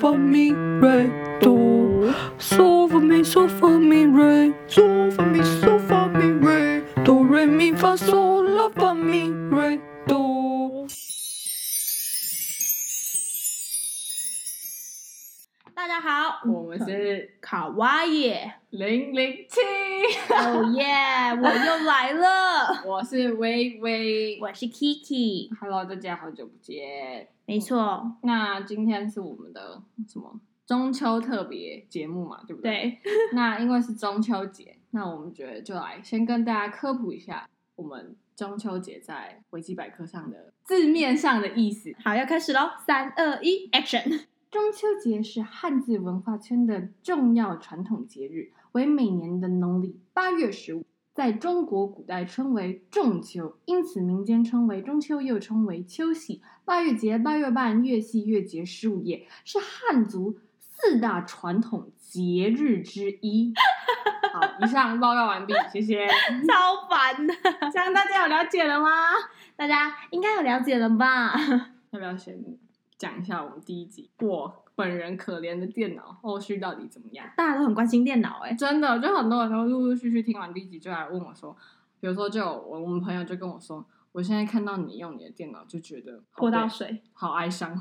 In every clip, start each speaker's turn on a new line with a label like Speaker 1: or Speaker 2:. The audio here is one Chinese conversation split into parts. Speaker 1: for me right
Speaker 2: 嗯
Speaker 1: do. So for me, so for me right. So for me, so for me right. Do re mi fa so la for me right do.
Speaker 3: 大家 好，我们是卡哇耶，
Speaker 2: 零零七，
Speaker 3: 哦耶，我又来了，
Speaker 2: 我是微微。
Speaker 3: 我是 Kiki，
Speaker 2: Hello，大家好久不见。
Speaker 3: 没错，
Speaker 2: 那今天是我们的什么中秋特别节目嘛，对不对？对。
Speaker 3: 对，
Speaker 2: 那因为是中秋节，那我们觉得就来先跟大家科普一下我们中秋节在维基百科上的字面上的意思。
Speaker 3: 好，要开始喽，三二一，Action！
Speaker 2: 中秋节是汉字文化圈的重要传统节日，为每年的农历八月十五，在中国古代称为仲秋，因此民间称为中秋，又称为秋夕。八月节、八月半、月夕、月节、十五夜是汉族四大传统节日之一。 好，以上报告完毕，谢谢。
Speaker 3: 超 烦的，
Speaker 2: 这样大家有了解了吗？
Speaker 3: 大家应该有了解了吧？
Speaker 2: 要不要先讲一下我们第一集我本人可怜的电脑后续到底怎么样？
Speaker 3: 大家都很关心电脑哎、
Speaker 2: 真的，就很多人都陆陆续续听完第一集就来问我说，比如说就有我我们朋友就跟我说，我现在看到你用你的电脑就觉得好
Speaker 3: 泼到
Speaker 2: 悲
Speaker 3: 水，
Speaker 2: 好哀 伤。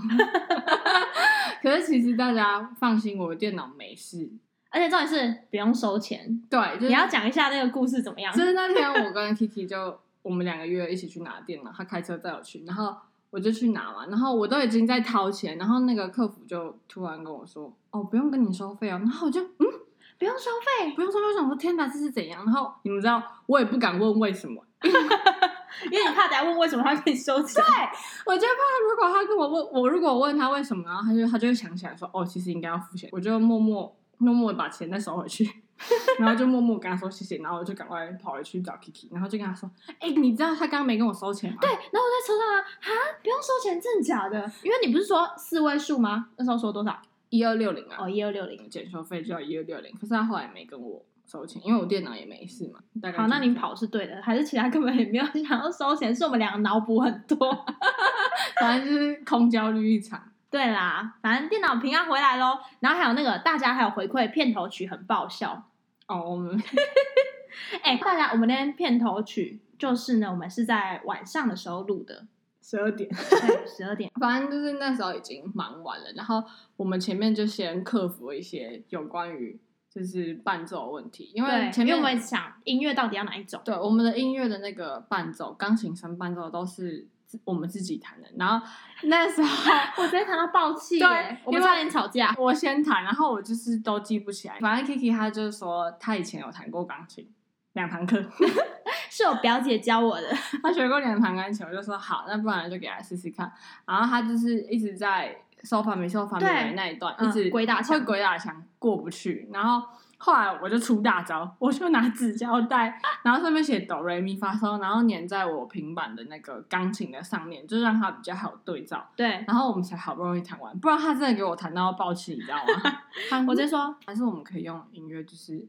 Speaker 2: 可是其实大家放心，我的电脑没事。
Speaker 3: 而且重点是不用收钱。
Speaker 2: 对，就是
Speaker 3: 你要讲一下那个故事怎么样？
Speaker 2: 就是那天我跟 Kiki 就我们两个约一起去拿电脑，他开车带我去，然后我就去拿嘛，然后我都已经在掏钱，然后那个客服就突然跟我说：“哦，不用跟你收费哦。”然后我就嗯，
Speaker 3: 不用收费，
Speaker 2: 不用收费，我想说天哪，这是怎样？然后你们知道，我也不敢问为什么，
Speaker 3: 因为你怕等下问为什么他给你收钱。
Speaker 2: 我就怕如果他跟我问我，如果我问他为什么，然后他就他就会想起来说：“哦，其实应该要付钱。”我就默默默默地把钱再收回去。 然后就默默跟他说谢谢，然后我就赶快跑回去找 Kiki，然后就跟他说：“哎、你知道他刚刚没跟我收钱吗？”对，
Speaker 3: 然后我在车上啊，哈，不用收钱，真的假的？因为你不是说四位数吗？那时候说多少？
Speaker 2: 一二六零啊，
Speaker 3: 哦，一二六零。
Speaker 2: 检修费就要一二六零。可是他后来没跟我收钱，因为我电脑也没事嘛。大概
Speaker 3: 好，
Speaker 2: 就是
Speaker 3: 那你
Speaker 2: 这样，
Speaker 3: 跑是对的，还是其他根本也没有想要收钱，是我们两个脑补很多。
Speaker 2: 反正就是空焦虑一场。
Speaker 3: 对啦，反正电脑平安回来喽。然后还有那个大家还有回馈片头曲很爆笑，
Speaker 2: 哦，我们
Speaker 3: 哎、大家我们那天片头曲就是呢，我们是在晚上的时候录的，
Speaker 2: 十二点，
Speaker 3: 十二点。
Speaker 2: 反正就是那时候已经忙完了。然后我们前面就先克服一些有关于就是伴奏的问题，因为
Speaker 3: 对，
Speaker 2: 前
Speaker 3: 因
Speaker 2: 面
Speaker 3: 为我们想音乐到底要哪一种？
Speaker 2: 对我们的音乐的那个伴奏，钢琴声伴奏都是自我们自己弹的。然后那时候。
Speaker 3: 我直接谈到爆气
Speaker 2: 对
Speaker 3: 耶，我们
Speaker 2: 因为
Speaker 3: 差点吵架。
Speaker 2: 我先弹，然后我就是都记不起来。反正 Kiki 她就是说，她以前有弹过钢琴，两堂课，
Speaker 3: 是我表姐教我的，
Speaker 2: 她学过两堂钢琴，我就说好，那不然就给她试试看。然后她就是一直在收发没收发没
Speaker 3: 对
Speaker 2: 那一段，
Speaker 3: 嗯
Speaker 2: 一直
Speaker 3: 鬼打墙
Speaker 2: 会鬼打墙过不去。然后后来我就出大招，我就拿纸胶带，然后上面写哆来咪发嗦，然后粘在我平板的那个钢琴的上面，就让它比较好对照。
Speaker 3: 对。
Speaker 2: 然后我们才好不容易弹完，不然她真的给我弹到爆气，你知道 吗？
Speaker 3: 我就说，
Speaker 2: 还是我们可以用音乐，就是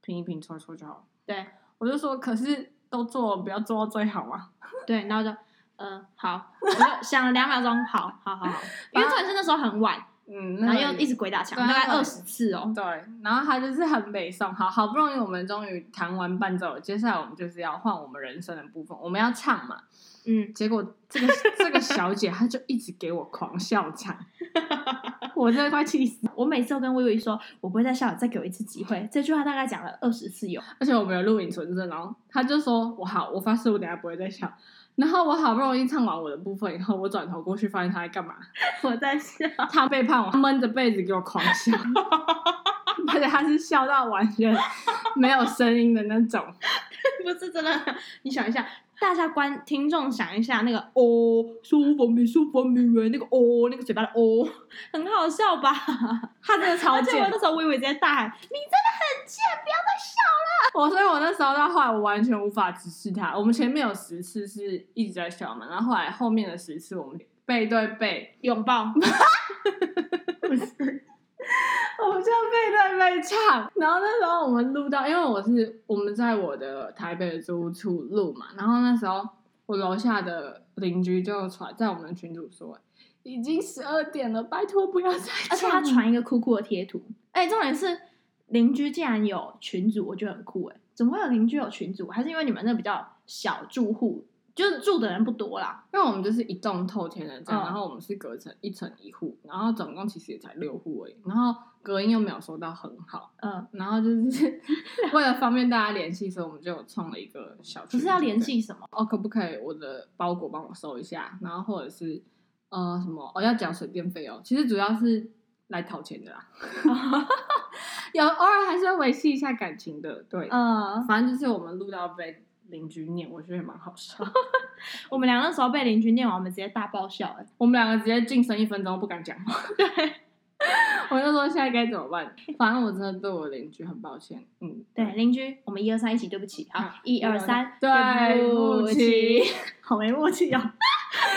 Speaker 2: 拼一拼、搓一搓就好了。
Speaker 3: 对
Speaker 2: 我就说，可是都做了，不要做到最好嘛。
Speaker 3: 对，然后就，嗯、好，我就想了两秒钟，好好好好， 因为重点是那时候很晚，
Speaker 2: 嗯，
Speaker 3: 然
Speaker 2: 那
Speaker 3: 后
Speaker 2: 个
Speaker 3: 又一直鬼打墙，
Speaker 2: 对
Speaker 3: 大概
Speaker 2: 那个
Speaker 3: 二十次哦。
Speaker 2: 对，然后他就是很北宋。好好不容易我们终于弹完伴奏了，接下来我们就是要换我们人生的部分，我们要唱嘛。
Speaker 3: 嗯，
Speaker 2: 结果这个这个小姐她就一直给我狂笑场，我真的快气死。
Speaker 3: 我每次都跟微微说，我不会再笑了，再给我一次机会。这句话大概讲了二十次有。
Speaker 2: 而且我们有录影存证，然后他就说：“我好，我发誓我等下不会再笑。”然后我好不容易唱完我的部分以后，我转头过去发现他在干嘛，
Speaker 3: 我在笑，
Speaker 2: 他背叛我，他闷着被子给我狂笑， 而且他是笑到完全没有声音的那种。
Speaker 3: 不是真的。你想一下，大家观听众想一下那个哦，舒服没舒服没人那个哦，那个嘴巴的哦，很好笑吧？
Speaker 2: 他真的超
Speaker 3: 而且我
Speaker 2: 贱
Speaker 3: 那，时候微微在大喊，你真的很贱，不要再笑。
Speaker 2: 我所以，我那时候到后来，我完全无法直视他。我们前面有十次是一直在笑嘛，然后后来后面的十次我们背对背，
Speaker 3: 拥 抱，
Speaker 2: 我们就背对背唱。然后那时候我们录到，因为我是我们在我的台北的租屋处录嘛，然后那时候我楼下的邻居就传在我们的群组说，已经十二点了，拜托不要再
Speaker 3: 而且他
Speaker 2: 唱了
Speaker 3: 传一个酷酷的贴图，哎、重点是邻居竟然有群组，我觉得很酷哎、怎么会有邻居有群组？还是因为你们那比较小住户，就是住的人不多啦？
Speaker 2: 因为我们就是一栋透天的这样，
Speaker 3: 嗯
Speaker 2: 然后我们是隔层一层一户，然后总共其实也才六户而已，然后隔音又没有收到很好，
Speaker 3: 嗯，
Speaker 2: 然后就是 为了方便大家联系，所以我们就有创了一个小群组。
Speaker 3: 可是要联系什么？
Speaker 2: 哦，可不可以我的包裹帮我收一下？然后或者是呃什么哦要缴水电费哦，其实主要是来讨钱 的啦，有偶尔还是会维系一下感情的，对，
Speaker 3: 嗯，
Speaker 2: 反正就是我们录到被邻居念，我觉得也蛮好笑。
Speaker 3: 我们俩那时候被邻居念完，我们直接大爆笑哎、
Speaker 2: 我们两个直接晋升一分钟，不敢讲话。对，我就说现在该怎么办？反正我真的对我邻居很抱歉。嗯，
Speaker 3: 对，邻居，我们一二三一起，对不起，好
Speaker 2: 好，
Speaker 3: 一二三，
Speaker 2: 对
Speaker 3: 不
Speaker 2: 不起，
Speaker 3: 好没默契哦，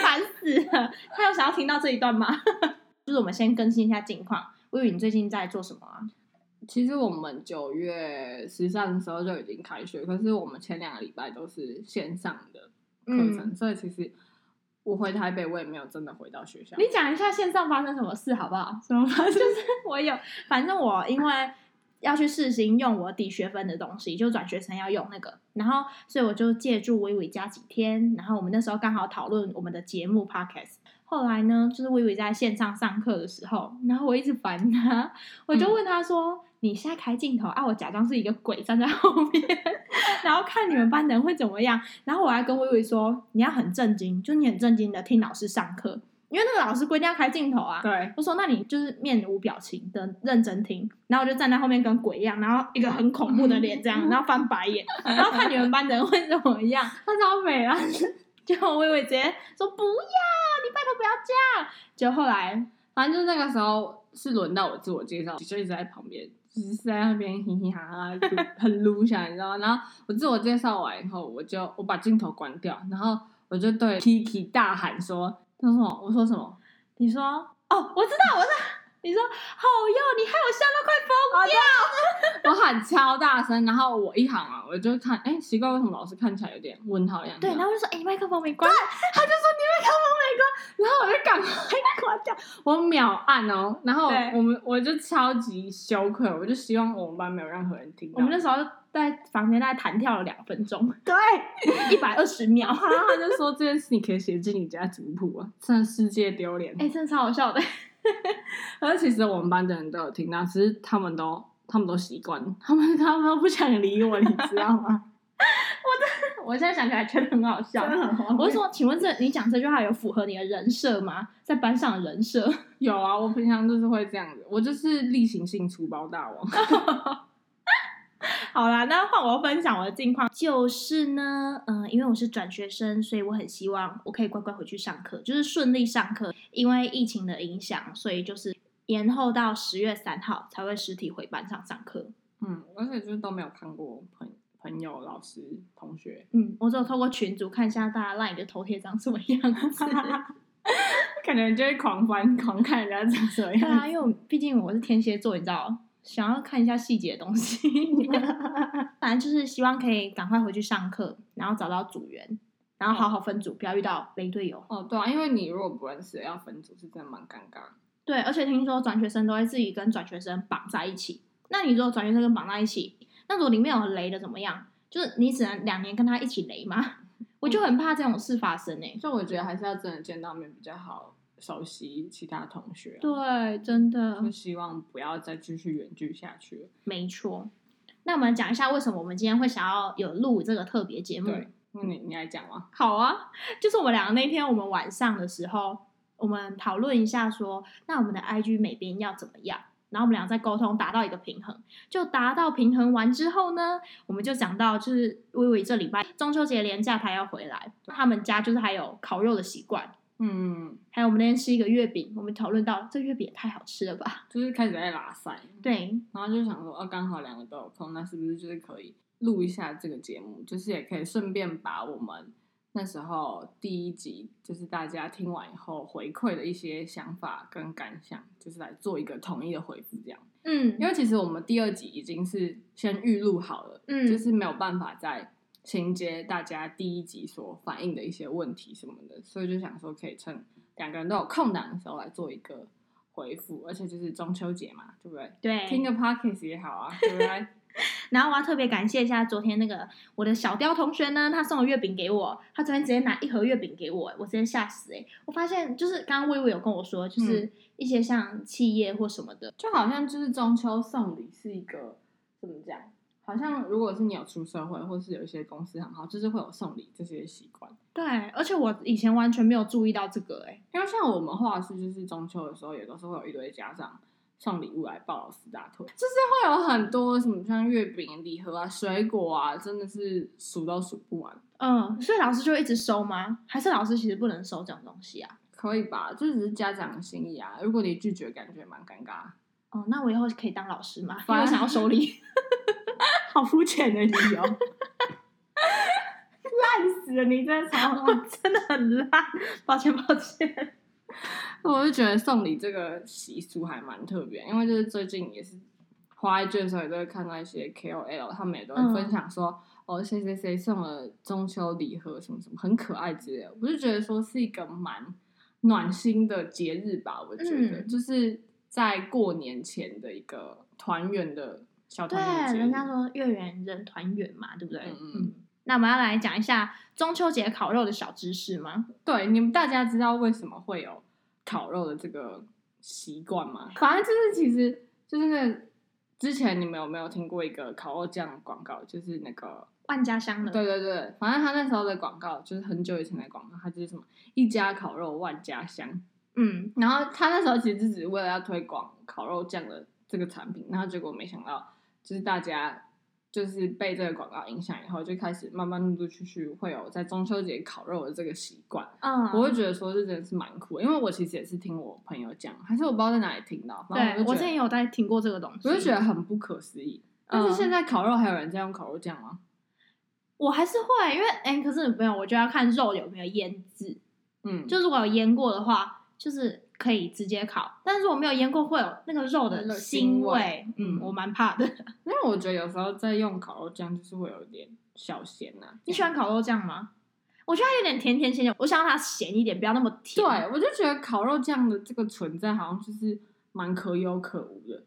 Speaker 3: 烦死了。他有想要听到这一段吗？ 就是我们先更新一下近况。我以为你最近在做什么啊？
Speaker 2: 其实我们九月十三的时候就已经开学，可是我们前两个礼拜都是线上的课程，所以其实我回台北，我也没有真的回到学校。
Speaker 3: 你讲一下线上发生什么事好不好？什么发生？就是 我有，反正我因为要去试行用我抵学分的东西，就转学生要用那个，然后所以我就借助微微家几天，然后我们那时候刚好讨论我们的节目 podcast。后来呢，就是微微在线上上课的时候，然后我一直烦他，我就问他说：“你现在开镜头啊？”我假装是一个鬼站在后面， 然后看你们班的人会怎么样。然后我还跟微微说：“你要很震惊，就你很震惊的听老师上课，因为那个老师规定要开镜头啊。
Speaker 2: 对，
Speaker 3: 我说：“那你就是面无表情的认真听。”然后我就站在后面跟鬼一样，然后一个很恐怖的脸这样，然后翻白眼，然后看你们班的人会怎么样。
Speaker 2: 他超美啊！
Speaker 3: 结果微微直接说：“不要，你拜托不要这样。”结果后来，
Speaker 2: 反正就是那个时候是轮到我自我介绍，就一直在旁边，就是在那边嘻嘻哈哈，就很撸下，你知道吗？然后我自我介绍完以后，我就我把镜头关掉，然后我就对 Kiki 大喊说：“他说什么？我说什么？
Speaker 3: 你说：“哦，我知道，我知道。”你说：“好哟，你害我笑到快疯
Speaker 2: 我
Speaker 3: 掉。
Speaker 2: 喊超大声，然后我一喊完，我就看，哎、奇怪，为什么老师看起来有点问号的样子？啊
Speaker 3: 对，然后就说：“哎、麦克风没关。”
Speaker 2: 他就说你会看我美国，然后我就赶快关掉，我秒按哦，然后
Speaker 3: 对
Speaker 2: 我们我就超级羞愧，我就希望我们班没有任何人听到。
Speaker 3: 我们那时候在房间大概弹跳了两分钟，对，一百二十秒，
Speaker 2: 然后他就说这件事你可以写进你家族谱啊，真的世界丢脸。
Speaker 3: 哎、真的超好笑的。
Speaker 2: 而其实我们班的人都有听到，只是他们都他们都习惯，他们他们都不想理我，你 知道吗？
Speaker 3: 我现在想起来觉得很好笑。我
Speaker 2: 我
Speaker 3: 是
Speaker 2: 说
Speaker 3: 说，请问这你讲这句话有符合你的人设吗？在班上的人设，
Speaker 2: 有啊，我平常就是会这样子，我就是例行性粗暴大王。
Speaker 3: 好啦，那换我分享我的近况，就是呢，嗯、因为我是转学生，所以我很希望我可以乖乖回去上课，就是顺利上课。因为疫情的影响，所以就是延后到十月三号才会实体回班上上课。
Speaker 2: 嗯，而且就是都没有看过朋朋友、老师、同学。
Speaker 3: 嗯，我只有透过群组看一下大家 LINE 的头贴长什么样 子。
Speaker 2: 感觉你就会狂翻、狂看人家长什么
Speaker 3: 对啊，
Speaker 2: 样
Speaker 3: 因为我毕竟我是天蝎座，你知道，想要看一下细节的东 西。反正就是希望可以赶快回去上课，然后找到组员，然后好好分组，不要遇到雷队友。
Speaker 2: 哦，对啊，因为你如果不认识，要分组是真的蛮尴尬。
Speaker 3: 对，而且听说转学生都会自己跟转学生绑在一起。那你如果转学生跟绑在一起，那如果里面有雷的怎么样？就是你只能两年跟他一起雷吗？ 我就很怕这种事发生呢、欸
Speaker 2: 就我觉得还是要真的见到面比较好，熟悉其他同学、啊。
Speaker 3: 对，真的
Speaker 2: 就希望不要再继续远距下去了。
Speaker 3: 没错。那我们讲一下为什么我们今天会想要有录这个特别节目。
Speaker 2: 对，那嗯你你来讲吗？
Speaker 3: 好啊，就是我们两个那天我们晚上的时候，我们讨论一下说，那我们的 IG 美编要怎么样？然后我们俩在沟通，达到一个平衡。就达到平衡完之后呢，我们就讲到，就是微微这礼拜中秋节连假她要回来，他们家就是还有烤肉的习惯，
Speaker 2: 嗯，
Speaker 3: 还有我们那天吃一个月饼，我们讨论到这月饼也太好吃了吧？
Speaker 2: 就是开始在拉塞，
Speaker 3: 对，
Speaker 2: 然后就想说，哦，刚好两个都有空，那是不是就是可以录一下这个节目？就是也可以顺便把我们那时候第一集，就是大家听完以后回馈的一些想法跟感想，就是来做一个统一的回复，这样。
Speaker 3: 嗯
Speaker 2: 因为其实我们第二集已经是先预录好了，
Speaker 3: 嗯
Speaker 2: 就是没有办法再衔接大家第一集所反映的一些问题什么的，所以就想说可以趁两个人都有空档的时候来做一个回复，而且就是中秋节嘛，对不对？
Speaker 3: 对，
Speaker 2: 听个 podcast 也好啊，对不对？
Speaker 3: 然后我要特别感谢一下昨天那个我的小雕同学呢，他送了月饼给我，他昨天直接拿一盒月饼给我，我直接吓死哎、我发现就是刚刚微微有跟我说，就是一些像企业或什么的，
Speaker 2: 就好像就是中秋送礼是一个怎么讲？好像如果是你有出社会，或是有一些公司很好，就是会有送礼这些习惯。
Speaker 3: 对，而且我以前完全没有注意到这个哎、
Speaker 2: 因为像我们画室，就是中秋的时候，也都是会有一堆家长送礼物来抱老师大腿，就是会有很多什么像月饼、礼盒啊、水果啊，真的是数都数不完。
Speaker 3: 嗯，所以老师就一直收吗？还是老师其实不能收这种东西啊？
Speaker 2: 可以吧？这只是家长的心意啊。如果你拒绝，感觉蛮尴尬。
Speaker 3: 哦，那我以后可以当老师吗？因
Speaker 2: 反
Speaker 3: 为
Speaker 2: 而
Speaker 3: 我想要收 礼。
Speaker 2: 好肤浅的理 由， 烂死了！你真的超烂。
Speaker 3: 真的很烂，抱歉抱歉。
Speaker 2: 我就觉得送礼这个习俗还蛮特别，因为就是最近也是花一圈的时候，也都会看到一些 KOL，他们也都会
Speaker 3: 嗯
Speaker 2: 分享说，哦，谁谁谁送了中秋礼盒什么什么，很可爱之类的。我就觉得说是一个蛮暖心的节日吧，我觉得、
Speaker 3: 嗯
Speaker 2: 就是在过年前的一个团圆的小
Speaker 3: 对
Speaker 2: 团圆节，日。
Speaker 3: 人家说月圆人团圆嘛，对不对？
Speaker 2: 嗯嗯
Speaker 3: 那我们要来讲一下中秋节烤肉的小知识吗？
Speaker 2: 对，你们大家知道为什么会有烤肉的这个习惯吗？反正就是其实就是那之前你们有没有听过一个烤肉酱的广告？就是那个
Speaker 3: 万家香的，
Speaker 2: 对对对，反正他那时候的广告就是很久以前的广告，它就是什么一家烤肉万家香。
Speaker 3: 嗯，
Speaker 2: 然后他那时候其实就只是为了要推广烤肉酱的这个产品，然后结果没想到就是大家就是被这个广告影响以后，就开始慢慢陆陆续续会有在中秋节烤肉的这个习惯。
Speaker 3: 嗯，
Speaker 2: 我会觉得说这真的是蛮酷的，因为我其实也是听我朋友讲，还是我不知道在哪里听到，反
Speaker 3: 对
Speaker 2: 正
Speaker 3: 我
Speaker 2: 我就
Speaker 3: 之
Speaker 2: 觉
Speaker 3: 前
Speaker 2: 得，
Speaker 3: 有嗯在听过这个东西，
Speaker 2: 我就觉得很不可思议。但是现在烤肉还有人在用烤肉酱吗？
Speaker 3: 我还是会，因为哎、可是没有，我就要看肉有没有腌制，
Speaker 2: 嗯，
Speaker 3: 就如果有腌过的话，就是可以直接烤，但是如果没有腌过，会有那个肉的
Speaker 2: 那个
Speaker 3: 腥
Speaker 2: 腥味
Speaker 3: 嗯，
Speaker 2: 嗯
Speaker 3: 我蛮怕的。
Speaker 2: 因为我觉得有时候在用烤肉酱就是会有点小咸啊呐、
Speaker 3: 你喜欢烤肉酱吗？ 我觉得它有点甜甜咸咸，我想让它咸一点，不要那么
Speaker 2: 对
Speaker 3: 甜。，
Speaker 2: 我就觉得烤肉酱的这个存在好像就是蛮可有可无的。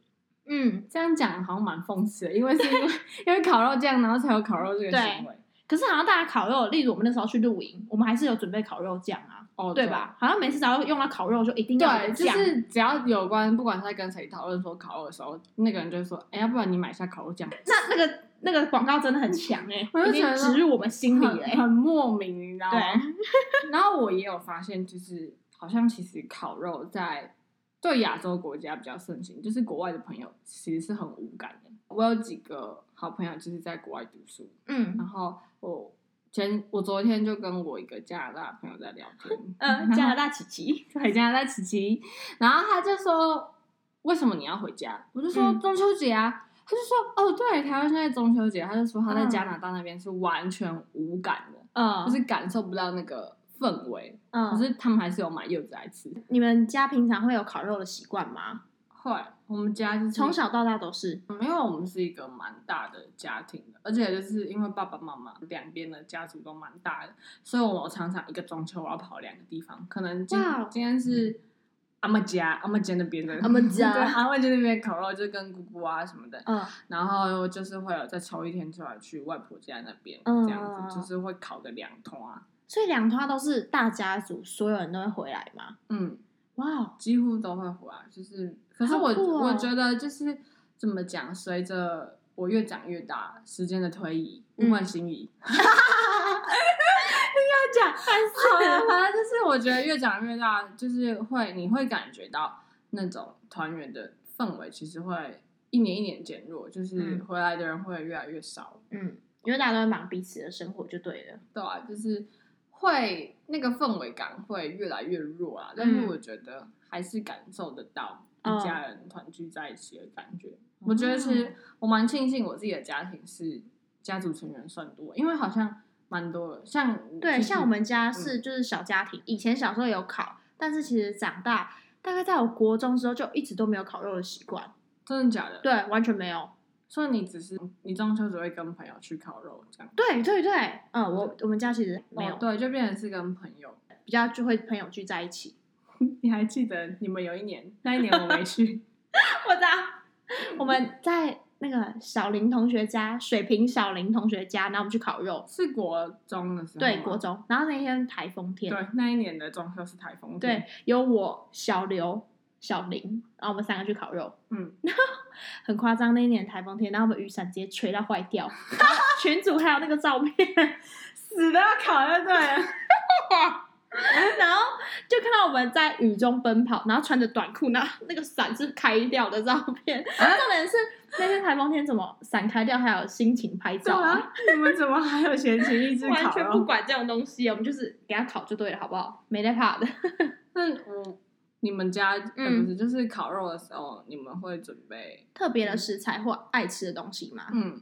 Speaker 3: 嗯，
Speaker 2: 这样讲好像蛮讽刺的，因为是因为 因为烤肉酱，然后才有烤肉这个
Speaker 3: 对
Speaker 2: 行为。
Speaker 3: 可是好像大家烤肉，例如我们那时候去露营，我们还是有准备烤肉酱啊，
Speaker 2: 哦，
Speaker 3: 对吧？好像每次只要用到烤肉，就一定要有
Speaker 2: 对，就
Speaker 3: 酱。
Speaker 2: 是只要有关，不管他在跟谁讨论说烤肉的时候，那个人就会说：“哎、要不然你买下烤肉酱。
Speaker 3: 那那个那个广告真的很强哎、欸，
Speaker 2: 我就
Speaker 3: 已经
Speaker 2: 觉得
Speaker 3: 植入我们”心里了、
Speaker 2: 很
Speaker 3: 欸。
Speaker 2: 很莫名，你知道吗？
Speaker 3: 对，
Speaker 2: 然后我也有发现，就是好像其实烤肉在对亚洲国家比较盛行，就是国外的朋友其实是很无感的。我有几个好朋友就是在国外读书，然
Speaker 3: 嗯
Speaker 2: 后我前我昨天就跟我一个加拿大朋友在聊天，
Speaker 3: 呃，加拿大琪琪，
Speaker 2: 回家在琪琪，然后他就说为什么你要回家？我就说
Speaker 3: 嗯
Speaker 2: 中秋节啊，他就说哦对，台湾现在中秋节，他就说他在
Speaker 3: 嗯
Speaker 2: 加拿大那边是完全无感的，
Speaker 3: 嗯，
Speaker 2: 就是感受不到那个氛围，可
Speaker 3: 嗯，
Speaker 2: 是他们还是有买柚子来吃。
Speaker 3: 你们家平常会有烤肉的习惯吗？
Speaker 2: 会，我们家就是
Speaker 3: 从小到大都是，
Speaker 2: 没有，我们是一个蛮大的家庭的，而且就是因为爸爸妈妈两边的家族都蛮大的，所以我常常一个中秋我要跑两个地方，可能今
Speaker 3: 哇哦
Speaker 2: 今天是阿妈家，阿妈家那边的
Speaker 3: 阿嬷 家
Speaker 2: 对，阿妈家那边烤肉就跟姑姑啊什么的，
Speaker 3: 嗯
Speaker 2: 然后就是会有再抽一天出来去外婆家那边，
Speaker 3: 嗯
Speaker 2: 这样子就是会烤个两通啊，
Speaker 3: 所以两团都是大家族，所有人都会回来吗？
Speaker 2: 嗯，
Speaker 3: 哇、哦，
Speaker 2: 几乎都会回来，就是，可是我、
Speaker 3: 好酷哦
Speaker 2: 我觉得就是怎么讲，随着我越长越大，时间的推移，
Speaker 3: 嗯
Speaker 2: 物换星移。哈哈哈哈要讲，反正就是我觉得越长越大，就是会你会感觉到那种团圆的氛围，其实会一年一年减弱，就是
Speaker 3: 嗯
Speaker 2: 回来的人会越来越少，
Speaker 3: 嗯，因为大家都在忙彼此的生活就对了。
Speaker 2: 对啊，就是会那个氛围感会越来越弱啊，但是
Speaker 3: 嗯
Speaker 2: 我觉得还是感受得到
Speaker 3: 嗯
Speaker 2: 一家人团聚在一起的感觉。我觉得其实我蛮庆幸我自己的家庭是家族成员算多，因为好像蛮多的，像
Speaker 3: 对，
Speaker 2: 就是
Speaker 3: 像我们家是就是小家庭，以前小时候有烤，但是其实长大大概在我国中之后就一直都没有烤肉的习惯，
Speaker 2: 真的假的？，
Speaker 3: 对，完全没有。
Speaker 2: 所以你只是你中秋只会跟朋友去烤肉这样。哦
Speaker 3: 对对对，嗯，我我们家其实没有，
Speaker 2: 哦对，就变成是跟朋友。
Speaker 3: 比较就会朋友聚在一起。
Speaker 2: 你还记得你们有一年，那一年我没去，
Speaker 3: 我在 我们在那个小林同学家，水平小林同学家，然后我们去烤肉，
Speaker 2: 是国中的时候吗，
Speaker 3: 对，国中。然后那天台风天，
Speaker 2: 对，那一年的中秋是台风天
Speaker 3: 对，，有我、小刘、小林，然后我们三个去烤肉，
Speaker 2: 嗯，
Speaker 3: 很夸张。那一年台风天，然后我们雨伞直接吹到坏掉， 然后群主还有那个照片，
Speaker 2: 死都要烤就对了。
Speaker 3: 然后就看到我们在雨中奔跑，然后穿着短裤，然后那个伞是开掉的照片。
Speaker 2: 啊
Speaker 3: 重点是那天台风天怎么伞开掉，还有心情拍
Speaker 2: 对
Speaker 3: 照啊？
Speaker 2: 啊，你们怎么还有闲情逸致
Speaker 3: 完
Speaker 2: 烤
Speaker 3: 全不
Speaker 2: 肉？
Speaker 3: 管这种东西，我们就是给他烤就对了，好不好？没在怕的。
Speaker 2: 那我你们家呃
Speaker 3: 嗯
Speaker 2: 不是就是烤肉的时候，你们会准备
Speaker 3: 特别的食材或爱吃的东西嘛，
Speaker 2: 嗯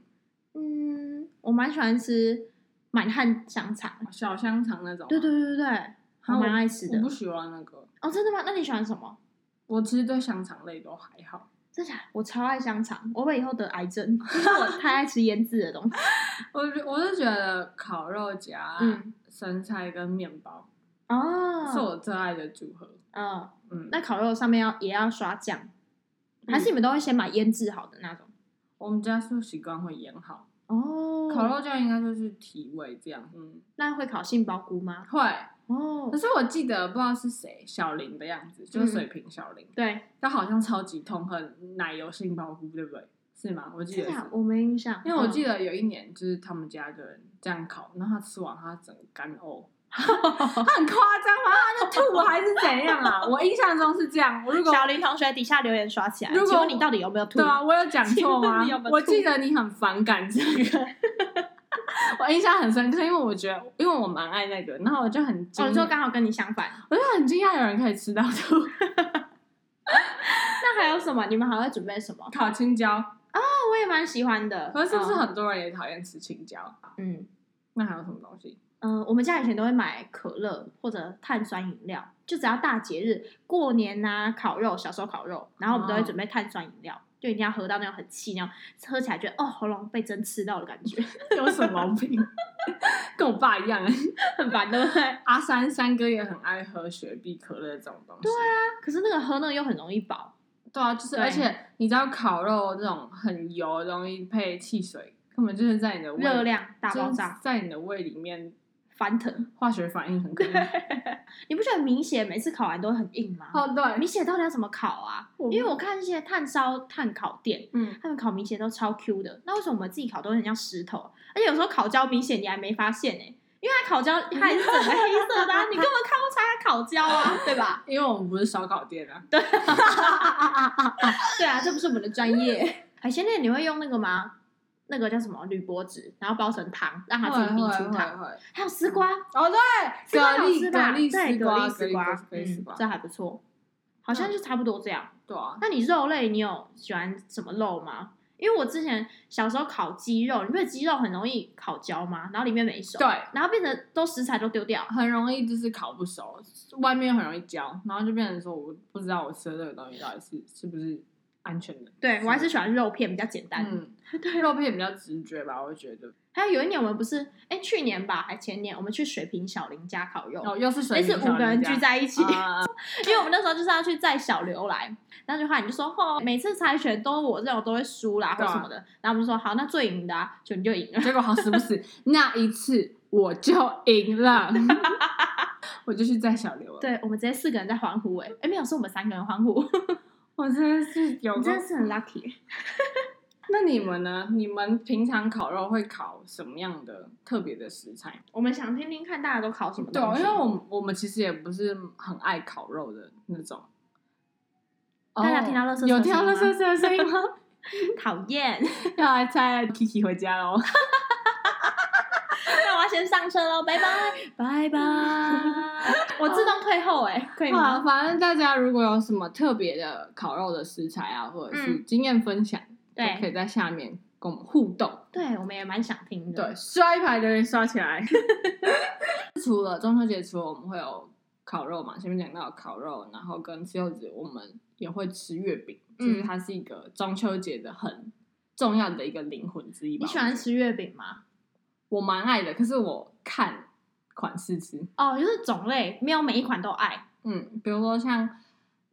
Speaker 3: 嗯，我蛮喜欢吃满汉香肠。
Speaker 2: 小香肠那种吗？
Speaker 3: 对对对对对，我
Speaker 2: 啊，
Speaker 3: 蛮爱吃的
Speaker 2: 我不。喜欢那个，
Speaker 3: 哦，真的吗？那你喜欢什么？
Speaker 2: 我其实对香肠类都还好。
Speaker 3: 真假的？我超爱香肠，我会以后得癌症，因为我太爱吃腌制的东西。
Speaker 2: 我觉我是觉得烤肉夹
Speaker 3: 嗯
Speaker 2: 生菜跟面包 是
Speaker 3: 哦，
Speaker 2: 我最爱的组合。
Speaker 3: 嗯，
Speaker 2: 嗯，
Speaker 3: 那烤肉上面要也要刷酱，还
Speaker 2: 嗯
Speaker 3: 是你们都会先买腌制好的那种？
Speaker 2: 我们家是习惯会腌好，
Speaker 3: 哦，
Speaker 2: 烤肉酱应该就是提味这样。嗯，
Speaker 3: 那会烤杏鲍菇吗？
Speaker 2: 会。
Speaker 3: 哦
Speaker 2: 可，是我记得不知道是谁，小林的样子，就是
Speaker 3: 嗯
Speaker 2: 水瓶小林，
Speaker 3: 对，
Speaker 2: 他好像超级痛恨奶油杏鲍菇，对不对？是吗？我记
Speaker 3: 真
Speaker 2: 得是
Speaker 3: 假，的？啊我嗯没印象，
Speaker 2: 因为我记
Speaker 3: 得
Speaker 2: 得有一年就是他们家的人这样烤，然后他吃完他整个干 呕，他很夸张吗？他在吐还是怎样啊？我印象中是这样。我如果
Speaker 3: 小林同学底下留言刷起来，
Speaker 2: 如果
Speaker 3: 请问你到底有没有吐？
Speaker 2: 对啊，我有讲错
Speaker 3: 请问
Speaker 2: 吗
Speaker 3: 你有没有？
Speaker 2: 我
Speaker 3: 吐
Speaker 2: 记得你很反感这 个。我印象很深刻，因为我觉得，因为我蛮爱那个，然后我就很惊，
Speaker 3: 哦，就刚好跟你相反。
Speaker 2: 我就很惊讶有人可以吃到 吐
Speaker 3: 那还有什么？你们还会准备什么？
Speaker 2: 烤青椒，
Speaker 3: 那我也蛮喜欢的。
Speaker 2: 可是是不是
Speaker 3: 嗯
Speaker 2: 很多人也讨厌吃青椒？
Speaker 3: 嗯
Speaker 2: 那还有什么东西？
Speaker 3: 嗯、呃我们家以前都会买可乐或者碳酸饮料，就只要大节日、过年呐、烤肉，小时候烤肉，然后我们都会
Speaker 2: 哦
Speaker 3: 准备碳酸饮料，就一定要喝到那种很气那种，喝起来觉得哦喉咙被针刺到的感觉，
Speaker 2: 有什么毛 病？跟我爸一样、
Speaker 3: 很烦，对不对？啊
Speaker 2: 阿三三哥也很爱喝雪碧、可乐这种东西。对啊，
Speaker 3: 可是那个喝那个又很容易饱，
Speaker 2: 对啊，就是
Speaker 3: 对
Speaker 2: 而且你知道烤肉这种很油的东西配汽水，根本就是在你的胃
Speaker 3: 热量大
Speaker 2: 就是
Speaker 3: 爆炸，
Speaker 2: 在你的胃里面
Speaker 3: 翻腾。
Speaker 2: 化学反应很可怕。
Speaker 3: 你不觉得米血每次烤完都会很硬吗？
Speaker 2: 哦，
Speaker 3: 米
Speaker 2: 对，
Speaker 3: 血到底要怎么烤啊？
Speaker 2: 我
Speaker 3: 因为我看一些炭烧炭烤店，
Speaker 2: 嗯，
Speaker 3: 他们烤米血都超 Q 的，那为什么我们自己烤都很像石头？啊而且有时候烤焦米血你还没发现呢、因为它烤焦它也是整个黑色的、啊，你根本看不出来它烤焦啊， 对吧？
Speaker 2: 因为我们不是烧烤店啊，
Speaker 3: 对啊，这不是我们的专业。海鲜哎店你会用那个吗？那个叫什么铝箔纸，然后包成糖，让它自己逼出糖。
Speaker 2: 会。
Speaker 3: 还有丝瓜，
Speaker 2: 哦，对，
Speaker 3: 丝瓜
Speaker 2: 蛤
Speaker 3: 好
Speaker 2: 蜊、
Speaker 3: 吃吧？
Speaker 2: 蛤
Speaker 3: 对，
Speaker 2: 蜊丝瓜、蛤
Speaker 3: 蛤蜊丝
Speaker 2: 蜊丝，瓜、
Speaker 3: 瓜
Speaker 2: 丝
Speaker 3: 嗯，
Speaker 2: 瓜
Speaker 3: 这，还不错，好像就差不多这样。
Speaker 2: 对啊，
Speaker 3: 那你肉类你有喜欢什么肉吗？因为我之前小时候烤鸡肉，你不觉得鸡肉很容易烤焦吗？然后里面没熟，
Speaker 2: 对，
Speaker 3: 然后变得都食材都丢掉。
Speaker 2: 很容易就是烤不熟，外面很容易焦，然后就变成说我不知道我吃的这个东西到底是是不是安全的。
Speaker 3: 对我还是喜欢肉片，比较简单。
Speaker 2: 嗯，肉片比较直觉吧，我觉得。
Speaker 3: 还有有一年我们不是，哎，去年吧，还前年，我们去水平小林家烤肉，
Speaker 2: 哦，又是水
Speaker 3: 那是
Speaker 2: 瓶小
Speaker 3: 五个人
Speaker 2: 林家
Speaker 3: 聚在一起，
Speaker 2: 啊
Speaker 3: 因为我们那时候就是要去载小刘来，那句话你就说哦，每次猜拳都我这种都会输啦或
Speaker 2: 对啊
Speaker 3: 什么的，然后我们就说好，那最赢的、啊、就你就赢了。
Speaker 2: 结果好死不死，那一次我就赢了， 我就去载小刘了。，
Speaker 3: 对，我们直接四个人在欢呼、哎，哎，没有，是我们三个人欢呼，
Speaker 2: 我真的是有够
Speaker 3: 你真的是很 lucky。
Speaker 2: 那你们呢？你们平常烤肉会烤什么样的特别的食材？
Speaker 3: 我们想听听看大家都烤什么
Speaker 2: 对
Speaker 3: 东
Speaker 2: 啊，
Speaker 3: 西。
Speaker 2: 因为我们我们其实也不是很爱烤肉的那种。
Speaker 3: 大家
Speaker 2: 哦
Speaker 3: 听到垃圾车
Speaker 2: 有听到
Speaker 3: 声
Speaker 2: 乐
Speaker 3: 音吗
Speaker 2: 色色的声音吗？
Speaker 3: 讨厌，
Speaker 2: 要来猜 Kiki 回家哦喽。
Speaker 3: 那我要先上车喽，拜拜， 拜拜。 我自动退后、哎，可以
Speaker 2: 啊，
Speaker 3: 吗？
Speaker 2: 反正大家如果有什么特别的烤肉的食材啊，或者是
Speaker 3: 嗯
Speaker 2: 经验分享，都可
Speaker 3: 对，
Speaker 2: 以在下面跟我们互动。
Speaker 3: 对，我们也蛮想听的。
Speaker 2: 对，刷一排留言刷起来。 除了中秋节，除了我们会有烤肉嘛，前面讲到烤肉，然后跟吃柚子，我们也会吃月饼，
Speaker 3: 嗯
Speaker 2: 就是它是一个中秋节的很重要的一个灵魂之一吧。
Speaker 3: 你喜欢
Speaker 2: 我觉得？
Speaker 3: 吃月饼吗？
Speaker 2: 我蛮爱的，可是我看款式吃，
Speaker 3: 哦，就是种类没有每一款都爱，
Speaker 2: 嗯，比如说像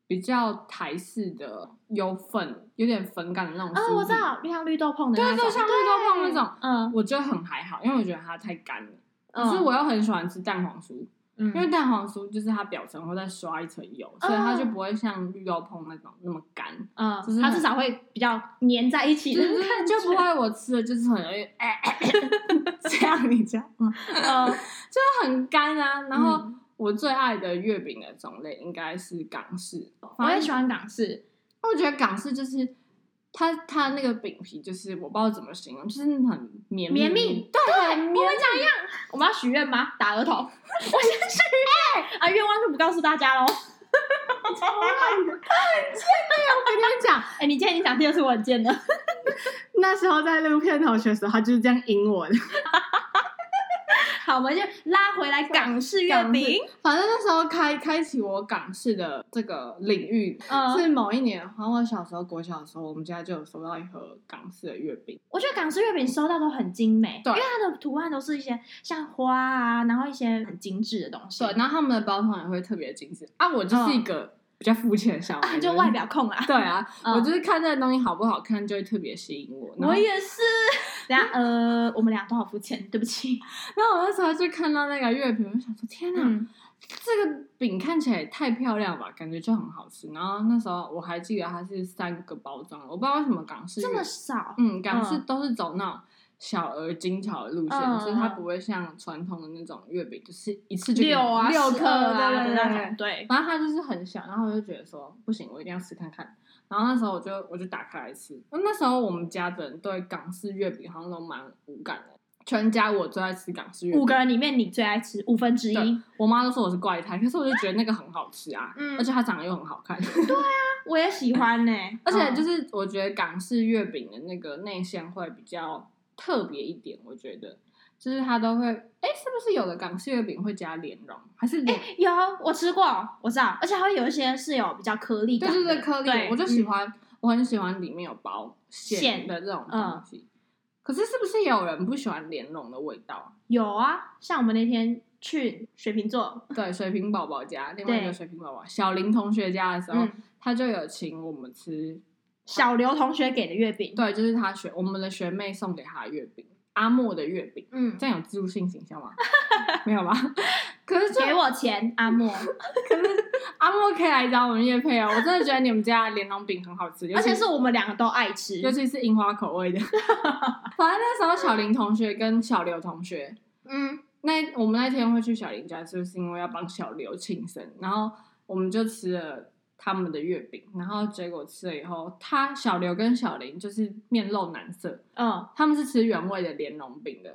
Speaker 2: 比较台式的有粉，有点粉感的那种
Speaker 3: 啊、
Speaker 2: 酥
Speaker 3: 我
Speaker 2: 饼
Speaker 3: 知道，啊像绿豆碰的
Speaker 2: 对
Speaker 3: 那种，
Speaker 2: 对，像绿豆泡那种，
Speaker 3: 嗯，
Speaker 2: 我觉得很还好，因为我觉得它太干了。
Speaker 3: 嗯
Speaker 2: 可是我又很喜欢吃蛋黄酥，
Speaker 3: 嗯，
Speaker 2: 因为蛋黄酥就是它表层会再刷一层油，所以它就不会像绿豆碰那种那么干，
Speaker 3: 嗯
Speaker 2: 就是，
Speaker 3: 它
Speaker 2: 很
Speaker 3: 至少会比较粘在一起
Speaker 2: 就
Speaker 3: 的
Speaker 2: 是
Speaker 3: 感觉，
Speaker 2: 就不会我吃的就是很容易哎哎这样你讲，嗯
Speaker 3: 嗯
Speaker 2: 就是很干啊。然后
Speaker 3: 嗯
Speaker 2: 我最爱的月饼的种类应该是港式，
Speaker 3: 我也喜欢港式，
Speaker 2: 我觉得港式就是它它那个饼皮，就是我不知道怎么形容，就是很绵
Speaker 3: 绵密
Speaker 2: 对，很绵密。
Speaker 3: 我们要许愿吗？打额头， 我先许愿啊，愿望就不告诉大 家喽。
Speaker 2: 我跟你们讲，
Speaker 3: 哎、你今天已经讲第二次我很贱了，
Speaker 2: 那时候在录片头学的时候，他就是这样赢我的。
Speaker 3: 好，我们就拉回来港式月饼，
Speaker 2: 反正那时候开开启我港式的这个领域。
Speaker 3: 嗯，
Speaker 2: 是某一年，好像我小时候国小的时候，我们家就有收到一盒港式的月饼，
Speaker 3: 我觉得港式月饼收到都很精美，
Speaker 2: 对
Speaker 3: 因为它的图案都是一些像花啊，然后一些很精致的东西，
Speaker 2: 对，然后他们的包装也会特别精致啊。我就是一个比较肤浅的小孩，
Speaker 3: 啊，就外表控啊，
Speaker 2: 对啊，
Speaker 3: 嗯
Speaker 2: 我就是看这个东西好不好看，就会特别吸引我。然后
Speaker 3: 我也是。 等一下，呃，我们俩都好肤浅，对不起。
Speaker 2: 然后我那时候就看到那个月饼，我就想说天哪、
Speaker 3: 嗯
Speaker 2: 这个饼看起来也太漂亮吧，感觉就很好吃。然后那时候我还记得它是三个包装，我不知道为什么港式
Speaker 3: 这么少，
Speaker 2: 嗯，港式
Speaker 3: 嗯
Speaker 2: 都是走那种小而精巧的路线，
Speaker 3: 嗯
Speaker 2: 所以它不会像传统的那种月饼，就是一次就给你
Speaker 3: 六啊，
Speaker 2: 六
Speaker 3: 十
Speaker 2: 颗
Speaker 3: 二
Speaker 2: 对
Speaker 3: 啊
Speaker 2: 对
Speaker 3: 的
Speaker 2: 对
Speaker 3: 那种，
Speaker 2: 对
Speaker 3: 对，
Speaker 2: 反正它就是很小，然后我就觉得说不行，我一定要试看看。然后那时候我就我就打开来吃，那那时候我们家的人对港式月饼好像都蛮无感的，全家我最爱吃港式月饼，
Speaker 3: 五个人里面你最爱吃五分之
Speaker 2: 对
Speaker 3: 一，
Speaker 2: 我妈都说我是怪胎，可是我就觉得那个很好吃啊，
Speaker 3: 嗯
Speaker 2: 而且它长得又很好 看，
Speaker 3: 我也喜欢呢、
Speaker 2: 而且就是是我觉得港式月饼的那个内馅会比较特别一点，我觉得就是它都会，哎，是不是有的港式月饼会加莲蓉，还是莲？
Speaker 3: 有啊我吃过，我知道，而且还会有一些是有比较颗粒
Speaker 2: 对
Speaker 3: 感的，
Speaker 2: 对对，颗粒，我就喜
Speaker 3: 嗯
Speaker 2: 欢，我很喜欢里面有包馅
Speaker 3: 馅嗯
Speaker 2: 的这种东西。可是是不是有人不喜欢莲蓉的味道啊？
Speaker 3: 有啊，像我们那天去水瓶座，
Speaker 2: 对，水瓶宝宝家另外一个
Speaker 3: 对
Speaker 2: 水瓶宝宝小林同学家的时候，
Speaker 3: 嗯，
Speaker 2: 他就有请我们吃
Speaker 3: 小刘同学给的月饼，
Speaker 2: 对，就是他学我们的学妹送给他的月饼，阿莫的月饼，
Speaker 3: 嗯
Speaker 2: 这，样有自助性形象吗？ 没有吧？可是就
Speaker 3: 给我钱，阿莫，
Speaker 2: 阿莫可以来找我们叶配哦，我真的觉得你们家的莲蓉饼很好吃，尤
Speaker 3: 而
Speaker 2: 其
Speaker 3: 且是我们两个都爱吃
Speaker 2: 尤，其是樱花口味的。 反正那时候小林同学跟小刘同学，
Speaker 3: 嗯，
Speaker 2: 那我们那天会去小林家，就是因为要帮小刘庆生，然后我们就吃了。他们的月饼，然后结果吃了以后，他小刘跟小林就是面露难色，
Speaker 3: 嗯
Speaker 2: 他们是吃原味的莲蓉饼的，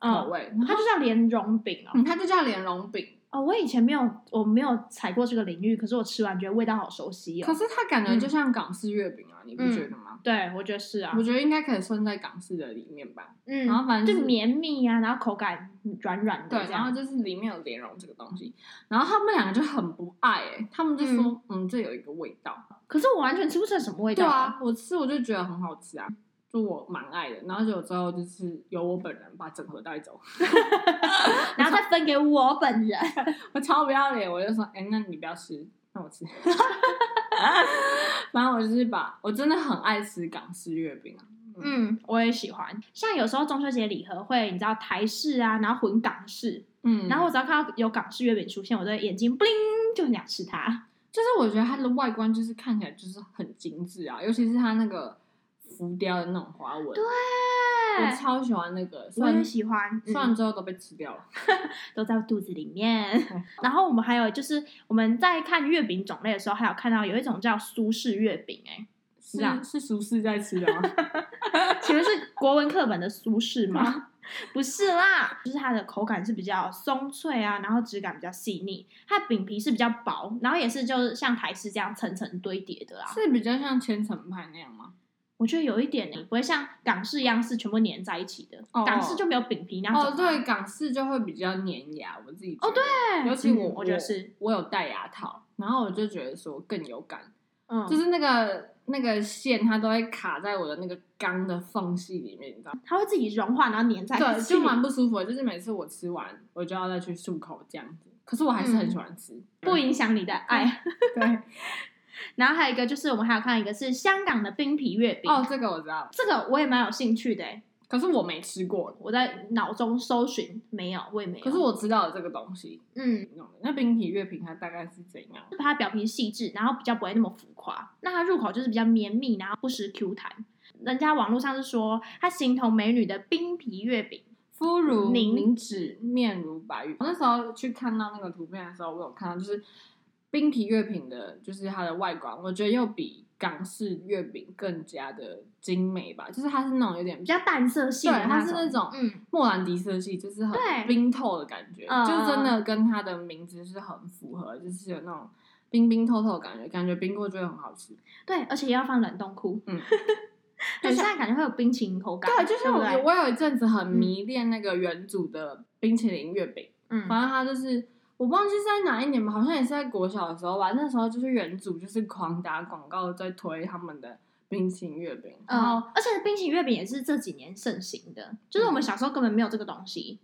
Speaker 2: 口
Speaker 3: 嗯，
Speaker 2: 味，然后
Speaker 3: 它就叫莲蓉饼哦。
Speaker 2: 嗯，它就叫莲蓉饼，
Speaker 3: 哦，我以前没有，我没有踩过这个领域，可是我吃完觉得味道好熟悉哦。
Speaker 2: 可是它感觉
Speaker 3: 嗯
Speaker 2: 就像港式月饼啊，你不
Speaker 3: 嗯
Speaker 2: 觉得吗？
Speaker 3: 对，我觉得是啊
Speaker 2: 我，觉得应该可以算在港式的里面吧。
Speaker 3: 嗯，
Speaker 2: 然后反正
Speaker 3: 就是绵密啊，然后口感软软的
Speaker 2: 对，
Speaker 3: 这
Speaker 2: 然后
Speaker 3: 样，
Speaker 2: 就是里面有莲蓉这个东西，然后他们两个就很不爱、欸，他们就说，嗯这有一个味道。
Speaker 3: 可是我完全吃不出来什么味
Speaker 2: 对
Speaker 3: 道。
Speaker 2: 啊，，我吃我就觉得很好吃啊，就我蛮爱的。然后就之后就是由我本人把整盒带走，
Speaker 3: 啊然后再分给我本人。
Speaker 2: 我超不要脸，我就说，哎、那你不要吃，那我吃。 反正我就是把，我真的很爱吃港式月饼啊。
Speaker 3: 嗯，我也喜欢。像有时候中秋节礼盒会，你知道台式啊，然后混港式，
Speaker 2: 嗯，
Speaker 3: 然后我只要看到有港式月饼出现，我的眼睛 bling 就很想吃它。
Speaker 2: 就是我觉得它的外观就是看起来就是很精致啊，尤其是它那个浮雕的那种花纹，我
Speaker 3: 对，
Speaker 2: 超喜欢那个，虽
Speaker 3: 我
Speaker 2: 然
Speaker 3: 也喜欢。
Speaker 2: 虽
Speaker 3: 嗯
Speaker 2: 然之后都被吃掉了，
Speaker 3: 都在肚子里面。然后我们还有就是我们在看月饼种类的时候，还有看到有一种叫苏式月饼、
Speaker 2: 是
Speaker 3: 是啊
Speaker 2: 是熟食在吃 的吗？
Speaker 3: 哎，其实是国文课本的苏式 吗？不是啦，就是它的口感是比较松脆啊，然后质感比较细腻，它的饼皮是比较薄，然后也是就是像台式这样层层堆叠的啦。
Speaker 2: 是比较像千层派那样吗？
Speaker 3: 我觉得有一点呢、不会像港式一样是全部粘在一起的，
Speaker 2: 哦
Speaker 3: 港式就没有饼皮那种啊。
Speaker 2: 哦，对，港式就会比较粘牙，我自己觉
Speaker 3: 哦
Speaker 2: 得
Speaker 3: 对，
Speaker 2: 尤其我、
Speaker 3: 嗯我觉得是，
Speaker 2: 我有戴牙套，然后我就觉得说更有感，
Speaker 3: 嗯，
Speaker 2: 就是那个那个线它都会卡在我的那个钢的缝隙里面，你知道吗。
Speaker 3: 它会自己融化，然后粘在一
Speaker 2: 对，
Speaker 3: 起，
Speaker 2: 就蛮不舒服的。就是每次我吃完，我就要再去漱口这样子。可是我还是
Speaker 3: 嗯
Speaker 2: 很喜欢吃。
Speaker 3: 不影响你的
Speaker 2: 嗯
Speaker 3: 爱。
Speaker 2: 对，
Speaker 3: 然后还有一个就是我们还有看一个是香港的冰皮月饼，
Speaker 2: 哦，这个我知道，
Speaker 3: 这个我也蛮有兴趣的欸，
Speaker 2: 可是我没吃过，
Speaker 3: 我在脑中搜寻没有，我也没有。
Speaker 2: 可是我知道了这个东西。
Speaker 3: 嗯，
Speaker 2: 那冰皮月饼它大概是怎样？
Speaker 3: 它表皮细致，然后比较不会那么浮夸，那它入口就是比较绵密，然后不失 Q 弹。人家网络上是说它形同美女的冰皮月饼，
Speaker 2: 肤如
Speaker 3: 凝
Speaker 2: 凝脂，面如白玉。我那时候去看到那个图片的时候，我有看到就是冰皮月饼的，就是它的外观，我觉得又比港式月饼更加的精美吧，就是它是那种有点
Speaker 3: 比较淡色系
Speaker 2: 对，
Speaker 3: 的
Speaker 2: 它
Speaker 3: 那
Speaker 2: 是那种
Speaker 3: 嗯，
Speaker 2: 莫兰迪色系，就是很
Speaker 3: 对
Speaker 2: 冰透的感觉，
Speaker 3: 嗯
Speaker 2: 就真的跟它的名字是很符合，就是有那种冰冰透透的感觉，感觉冰过就会很好吃。
Speaker 3: 对，而且也要放冷冻库，
Speaker 2: 嗯，
Speaker 3: 很像感觉会有冰淇淋口感，
Speaker 2: 对，就像
Speaker 3: 不
Speaker 2: 我
Speaker 3: 对
Speaker 2: 我有一阵子很迷恋那个原主的冰淇淋月饼。
Speaker 3: 嗯
Speaker 2: 反正他就是我忘记是在哪一年吧，好像也是在国小的时候吧。那时候就是原主就是狂打广告在推他们的冰淇淋月饼，然
Speaker 3: 嗯
Speaker 2: 后，
Speaker 3: 而且冰淇淋月饼也是这几年盛行的，就是我们小时候根本没有这个东西。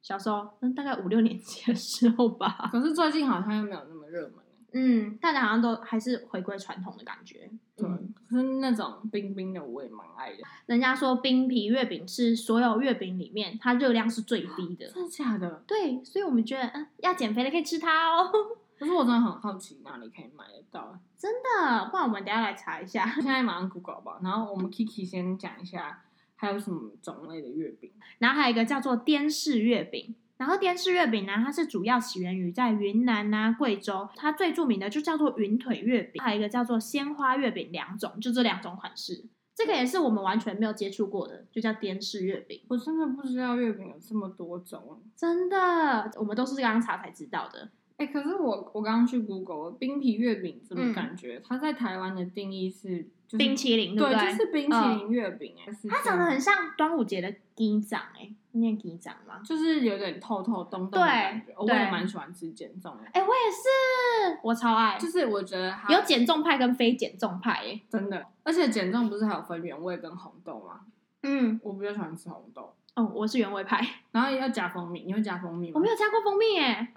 Speaker 3: 小时候，嗯，大概五六年级的时候吧。
Speaker 2: 可是最近好像又没有那么热门、欸。
Speaker 3: 嗯，大家好像都还是回归传统的感觉。
Speaker 2: 对，
Speaker 3: 嗯，
Speaker 2: 可是那种冰冰的我也蛮爱的，
Speaker 3: 人家说冰皮月饼是所有月饼里面它热量是最低的。
Speaker 2: 真的假的？
Speaker 3: 对，所以我们觉得，嗯，要减肥的可以吃它哦。
Speaker 2: 可是我真的很好奇哪里可以买得到啊。
Speaker 3: 真的，不然我们等一下来查一下。
Speaker 2: 现在马上 Google 吧，然后我们 Kiki 先讲一下还有什么种类的月饼。
Speaker 3: 然后还有一个叫做滇式月饼。然后滇式月饼呢，它是主要起源于在云南啊、贵州，它最著名的就叫做云腿月饼，还有一个叫做鲜花月饼，两种就这两种款式。这个也是我们完全没有接触过的，就叫滇式月饼。
Speaker 2: 我真的不知道月饼有这么多种。
Speaker 3: 真的，我们都是刚刚查才知道的。
Speaker 2: 哎、可是我我刚刚去 Google 冰皮月饼怎么
Speaker 3: 嗯
Speaker 2: 感觉？它在台湾的定义是、就是、
Speaker 3: 冰淇淋，不
Speaker 2: 对，
Speaker 3: 对？嗯
Speaker 2: 就是冰淇淋月饼哎、是
Speaker 3: 它
Speaker 2: 这样
Speaker 3: 长得很像端午节的鸡掌、哎，念鸡掌吗？
Speaker 2: 就是有点透透洞洞的感觉，
Speaker 3: 对
Speaker 2: 哦我也
Speaker 3: 对
Speaker 2: 蛮喜欢吃减重的。
Speaker 3: 哎、我也是，我超爱。
Speaker 2: 就是我觉得它
Speaker 3: 有减重派跟非减重派、哎，
Speaker 2: 真的，而且减重不是还有分原味跟红豆吗？
Speaker 3: 嗯，
Speaker 2: 我比较喜欢吃红豆，
Speaker 3: 哦，我是原味派，
Speaker 2: 然后要加蜂蜜，你会加蜂蜜吗？
Speaker 3: 我没有加过蜂蜜、哎。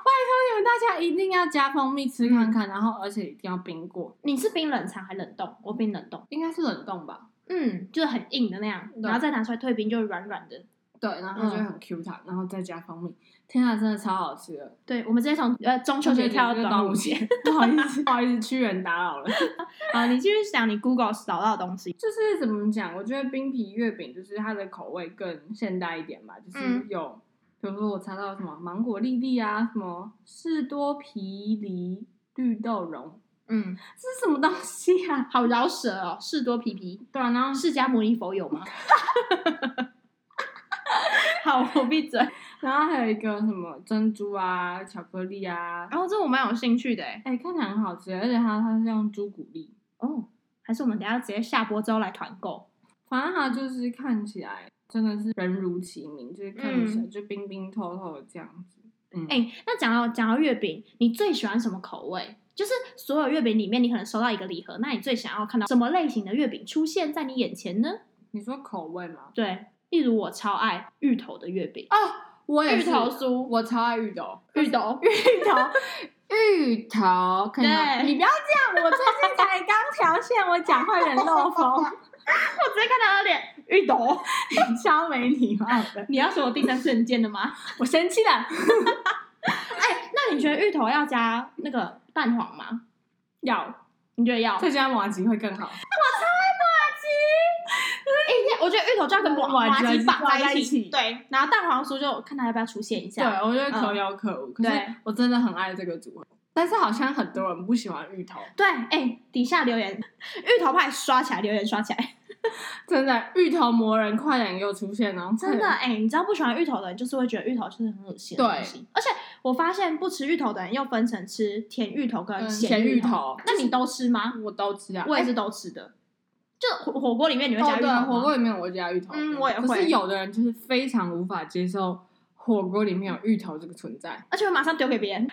Speaker 2: 因为大家一定要加蜂蜜吃看看，然后而且一定要冰过，
Speaker 3: 你是冰冷藏还冷冻？我冰冷冻，
Speaker 2: 应该是冷冻吧？
Speaker 3: 嗯，就是很硬的那样，
Speaker 2: 对
Speaker 3: 然后再拿出来退冰，就是软软的。
Speaker 2: 对，然后它就会很 Q 弹，然后再加蜂蜜，天啊，真的超好吃的。
Speaker 3: 对，我们直接从呃中秋节跳到端午节。，
Speaker 2: 不好意 思，不好意思，屈原打扰了。
Speaker 3: 啊，你继续想你 Google 找到的东西。
Speaker 2: 就是怎么讲，我觉得冰皮月饼就是它的口味更现代一点吧，就是
Speaker 3: 嗯
Speaker 2: 有，比如说我查到什么芒果粒粒啊，什么士多啤梨绿豆蓉，
Speaker 3: 嗯，
Speaker 2: 这是什么东西啊？
Speaker 3: 好饶舌哦，士多啤啤，
Speaker 2: 对啊，然后
Speaker 3: 释迦牟尼佛有吗？ 好，我闭嘴。
Speaker 2: 然后还有一个什么珍珠啊、巧克力啊，
Speaker 3: 然后这我蛮有兴趣的哎。
Speaker 2: 哎、看起来很好吃，而且它它是用朱古力，
Speaker 3: 哦，还是我们等一下直接下播之后来团购。
Speaker 2: 反正它就是看起来真的是人如其名，就是看起来就冰冰透透的这样子。嗯，
Speaker 3: 嗯哎、那讲到讲到月饼，你最喜欢什么口味？就是所有月饼里面，你可能收到一个礼盒，那你最想要看到什么类型的月饼出现在你眼前呢？
Speaker 2: 你说口味吗？
Speaker 3: 对，例如我超爱芋头的月饼，
Speaker 2: 哦，我也
Speaker 3: 芋
Speaker 2: 是，
Speaker 3: 头酥，
Speaker 2: 我超爱芋头，
Speaker 3: 芋头，
Speaker 2: 芋 头，芋头，可以 吗？
Speaker 3: 对
Speaker 2: 你不要这样，我最近才刚条线，我讲话有点漏风，
Speaker 3: 我直接看到他的脸，芋头。
Speaker 2: 超没礼貌的，
Speaker 3: 你要说我第三次很贱的 吗？哎
Speaker 2: 我生气了。
Speaker 3: 那你觉得芋头要加那个蛋黄吗？
Speaker 2: 要
Speaker 3: 你觉得要？
Speaker 2: 再加马吉会 更好，
Speaker 3: 哎我觉得芋头就要跟麻
Speaker 2: 麻
Speaker 3: 麻
Speaker 2: 吉
Speaker 3: 鸡绑
Speaker 2: 挂在
Speaker 3: 在
Speaker 2: 一
Speaker 3: 一
Speaker 2: 起
Speaker 3: 起，对，然后蛋黄酥就看它要不要出现一
Speaker 2: 对
Speaker 3: 下。
Speaker 2: 我觉得可有可无，可是
Speaker 3: 嗯对
Speaker 2: 我真的很爱这个组合，但是好像很多人不喜欢芋头，
Speaker 3: 对，哎、底下留言，芋头派刷起来，留言刷起来。
Speaker 2: 真的芋头魔人快点给我出现哦！
Speaker 3: 真的哎、欸你知道不喜欢芋头的人，就是会觉得芋头就是很恶心的
Speaker 2: 对
Speaker 3: 东西。而且我发现不吃芋头的人又分成吃甜芋头
Speaker 2: 嗯
Speaker 3: 跟
Speaker 2: 咸芋
Speaker 3: 芋
Speaker 2: 头
Speaker 3: 那你都吃吗？
Speaker 2: 我都吃啊，
Speaker 3: 我也
Speaker 2: 哎
Speaker 3: 是都吃的。就火火锅里面你会
Speaker 2: 哦
Speaker 3: 加芋头
Speaker 2: 对，
Speaker 3: 吗？
Speaker 2: 火锅里面我加芋头，
Speaker 3: 嗯我也
Speaker 2: 可是
Speaker 3: 会
Speaker 2: 有的人就是非常无法接受火锅里面有芋头这个存在，
Speaker 3: 而且我马上丢给别 人。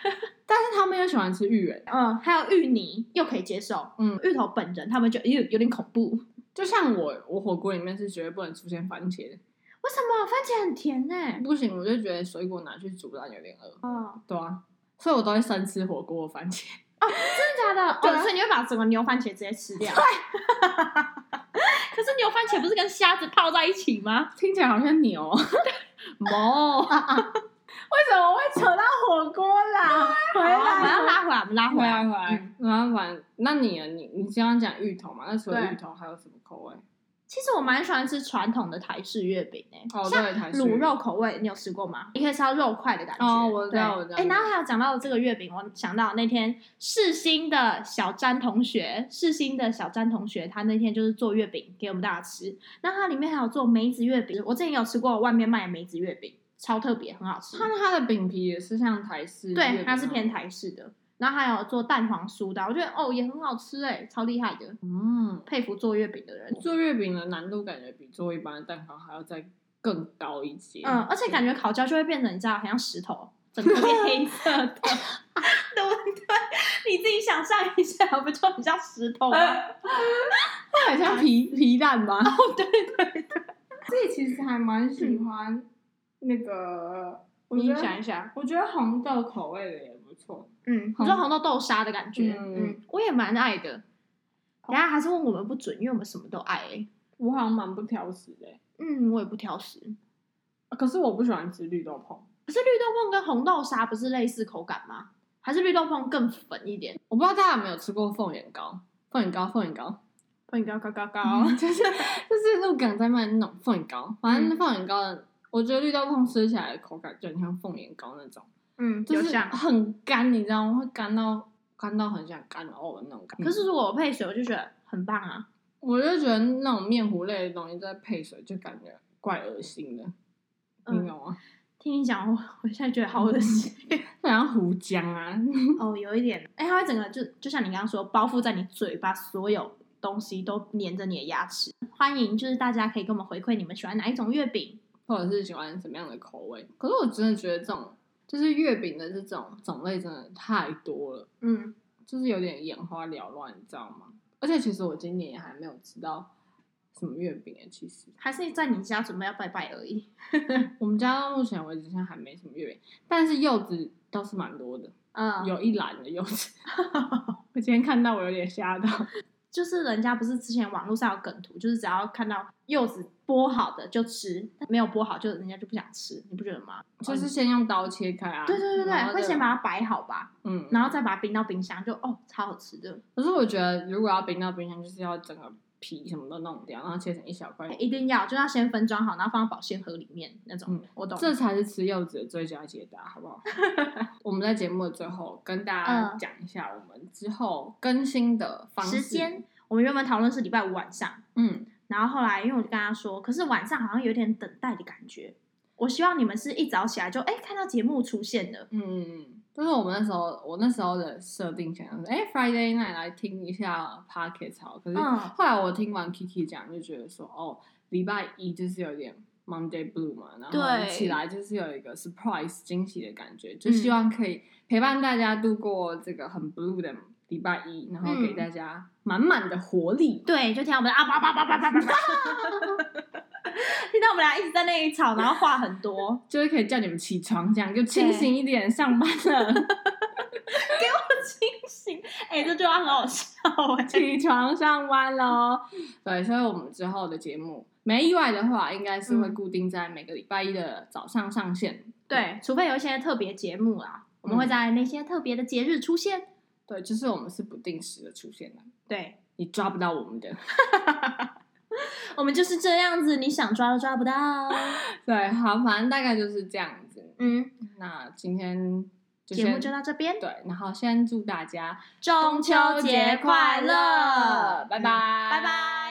Speaker 2: 但是他们又喜欢吃芋圆，
Speaker 3: 嗯，还有芋泥又可以接受。
Speaker 2: 嗯，
Speaker 3: 芋头本人他们就有有点恐怖。为
Speaker 2: 就像我，我火锅里面是绝对不能出现番茄的，
Speaker 3: 什么番茄很甜呢、
Speaker 2: 不行，我就觉得水果拿去煮让有点饿，
Speaker 3: 哦，
Speaker 2: 对啊，所以我都会生吃火锅的番茄。
Speaker 3: 真的假的？
Speaker 2: 对
Speaker 3: 哦，
Speaker 2: 啊
Speaker 3: 所以你会把整个牛番茄直接吃掉？对。 可是牛番茄不是跟虾子泡在一起吗？
Speaker 2: 听起来好像牛，
Speaker 3: 哦，
Speaker 2: 为什么会扯到火锅啦？回
Speaker 3: 好啊我们要
Speaker 2: 来，
Speaker 3: 拉回来，我啊们拉
Speaker 2: 回
Speaker 3: 回来。
Speaker 2: 来，回来，我要玩。那你呢？你你刚刚讲芋头嘛？那除了
Speaker 3: 对
Speaker 2: 芋头还有什么口味？
Speaker 3: 其实我蛮喜欢吃传统的台式月饼欸诶、
Speaker 2: 哦
Speaker 3: 像
Speaker 2: 对台式
Speaker 3: 卤肉口味，你有吃过吗？你可以吃到肉块的感觉。
Speaker 2: 哦我知道
Speaker 3: 对
Speaker 2: 我知道
Speaker 3: 诶然后还有讲到这个月饼，我想到那天世新的小詹同学，世新的小詹同学，他那天就是做月饼给我们大家吃，那它里面还有做梅子月饼，我之前有吃过外面卖的梅子月饼，超特别，很好吃。
Speaker 2: 它它的饼皮也是像台式，啊
Speaker 3: 对，它是偏。台式的，然后还有做蛋黄酥的，我觉得哦也很好吃诶，超厉害的，
Speaker 2: 嗯，
Speaker 3: 佩服做月饼的人。
Speaker 2: 做月饼的难度感觉比做一般的蛋糕还要再更高一些。
Speaker 3: 嗯，而且感觉烤焦就会变成你知道，好像石头，整个变黑色的，对不对？你自己想象一下，不就很像石头吗？ 哦
Speaker 2: 它很像 皮皮蛋吧？
Speaker 3: 对对对，
Speaker 4: 自己其实还蛮喜欢那个，我
Speaker 2: 嗯你
Speaker 4: 觉
Speaker 2: 想一
Speaker 4: 得
Speaker 2: 想，
Speaker 4: 我觉得红豆口味的也不错。
Speaker 3: 嗯，你说红豆豆沙的感觉，
Speaker 2: 嗯
Speaker 3: 嗯，我也蛮爱的。等一下还是问我们不准，因为我们什么都爱、欸。
Speaker 2: 我好像蛮不挑食的欸、
Speaker 3: 嗯，我也不挑食。
Speaker 2: 啊可是我不喜欢吃绿豆椪。
Speaker 3: 可是绿豆椪跟红豆沙不是类似口感吗？还是绿豆椪更粉一点？
Speaker 2: 我不知道大家有没有吃过凤眼糕？凤眼糕，凤眼糕，
Speaker 3: 不高高高高
Speaker 4: 啊
Speaker 2: 哦，就是就是鹿港在卖的那种凤眼糕，反
Speaker 4: 嗯
Speaker 2: 正凤眼糕的，我觉得绿豆椪吃起来的口感就很像凤眼糕那种，
Speaker 3: 嗯，
Speaker 2: 就
Speaker 3: 就是像。
Speaker 2: 很干，你知道吗？会干到干到很想干呕的那种感觉。
Speaker 3: 可是如果我配水，我就觉得很棒啊。
Speaker 2: 我就觉得那种面糊类的东西再配水，就感觉怪恶心的，你
Speaker 3: 嗯，
Speaker 2: 懂吗？
Speaker 3: 听你讲，我我现在觉得好恶心。
Speaker 2: 就好像糊浆啊，
Speaker 3: 哦，有一点，哎、它会整个就就像你刚刚说，包覆在你嘴巴，所有东西都粘着你的牙齿。欢迎，就是大家可以跟我们回馈你们喜欢哪一种月饼。
Speaker 2: 或者是喜欢什么样的口味。可是我真的觉得这种就是月饼的这种种类真的太多了，
Speaker 3: 嗯，
Speaker 2: 就是有点眼花缭乱，你知道吗？而且其实我今年也还没有吃到什么月饼诶，欸其实
Speaker 3: 还是在你家准备要拜拜而已。
Speaker 2: 我们家到目前为止现在还没什么月饼，但是柚子倒是蛮多的，
Speaker 3: 嗯，
Speaker 2: 有一篮的柚子。我今天看到我有点吓到，
Speaker 3: 就是人家不是之前网络上有梗图，就是只要看到柚子剥好的就吃，没有剥好就人家就不想吃，你不觉得吗？
Speaker 2: 就是先用刀切开啊，
Speaker 3: 对对对
Speaker 2: 然后
Speaker 3: 对，
Speaker 2: 再
Speaker 3: 会先把它摆好吧，
Speaker 2: 嗯，
Speaker 3: 然后再把它冰到冰箱，就哦，超好吃的，
Speaker 2: 可是我觉得如果要冰到冰箱，就是要整个皮什么都弄掉，然后切成哎一小块，
Speaker 3: 一定要就要先分装好，然后放到保鲜盒里面那种。
Speaker 2: 嗯
Speaker 3: 我懂。
Speaker 2: 这才是吃柚子的最佳解答，好不 好？我们在节目的最后跟大家
Speaker 3: 嗯
Speaker 2: 讲一下我们之后更新的方式。
Speaker 3: 时间，我们原本讨论是礼拜五晚上，
Speaker 2: 嗯，
Speaker 3: 然后后来因为我就跟他说，可是晚上好像有点等待的感觉。我希望你们是一早起来就哎看到节目出现的，
Speaker 2: 嗯嗯嗯，就是我们那时候，我那时候的设定想的是，哎，Friday night 来听一下 Pocket 好，可是
Speaker 3: 嗯
Speaker 2: 后来我听完 Kiki 讲，就觉得说，哦，礼拜一就是有点 Monday Blue 嘛，然后
Speaker 3: 对嗯
Speaker 2: 起来就是有一个 surprise 惊喜的感觉，就希望可以陪伴大家度过这个很 blue 的礼拜一，然后给
Speaker 3: 嗯
Speaker 2: 大家满满的活力。
Speaker 3: 对，就听到我们的啊叭叭叭叭叭叭叭，听到我们俩一直在那里吵，然后话很多，
Speaker 2: 就是可以叫你们起床，这样就清醒一点上班了。
Speaker 3: 清醒，哎，这句话很好笑哎、
Speaker 2: 起床上班喽。对，所以我们之后的节目，没意外的话，应该是
Speaker 3: 嗯
Speaker 2: 会固定在每个礼拜一的早上上线。
Speaker 3: 对，除非有一些特别节目啦，我们会在那些特别的节日出现。
Speaker 2: 对，就是我们是不定时的出现的，
Speaker 3: 对，
Speaker 2: 你抓不到我们的。
Speaker 3: 我们就是这样子，你想抓都 抓不到。
Speaker 2: 对，好，反正大概就是这样子。
Speaker 3: 嗯，
Speaker 2: 那今天就
Speaker 3: 节
Speaker 2: 先
Speaker 3: 目就到这边，
Speaker 2: 对，然后先祝大家
Speaker 3: 中秋节快乐，
Speaker 2: 拜拜，拜
Speaker 3: 嗯拜拜。